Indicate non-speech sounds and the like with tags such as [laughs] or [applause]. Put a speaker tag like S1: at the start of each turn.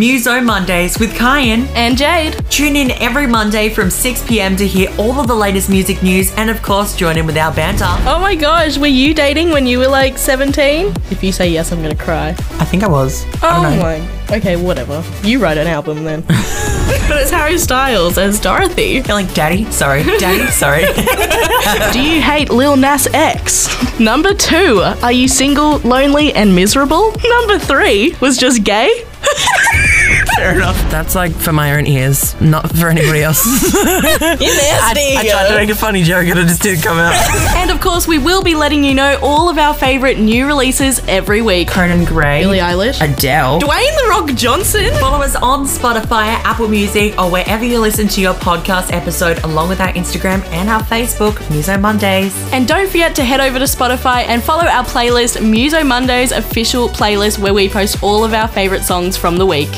S1: Muso Mondays with Kyan.
S2: and Jade.
S1: Tune in every Monday from 6 pm to hear all of the latest music news and, of course, join in with our banter.
S2: Oh my gosh, were you dating when you were like 17? If you say yes, I'm gonna cry.
S1: I think I was.
S2: Oh my. Okay, whatever. You write an album then. but it's Harry Styles as Dorothy.
S1: You're like, Daddy, sorry, Daddy, sorry.
S2: Do you hate Lil Nas X? Number two, are you single, lonely, and miserable? Number three, was just gay?
S3: Fair enough. [laughs] That's like for my own ears, not for anybody
S1: [laughs]
S3: else. I tried to make a funny joke and it just didn't come out.
S2: And of course, we will be letting you know all of our favorite new releases every week.
S1: Conan Gray.
S2: Billie Eilish.
S3: Adele.
S2: Dwayne The Rock Johnson.
S1: Follow us on Spotify, Apple Music, or wherever you listen to your podcast episode, along with our Instagram and our Facebook, Muso Mondays.
S2: And don't forget to head over to Spotify and follow our playlist, Muso Monday's official playlist, where we post all of our favourite songs from the week.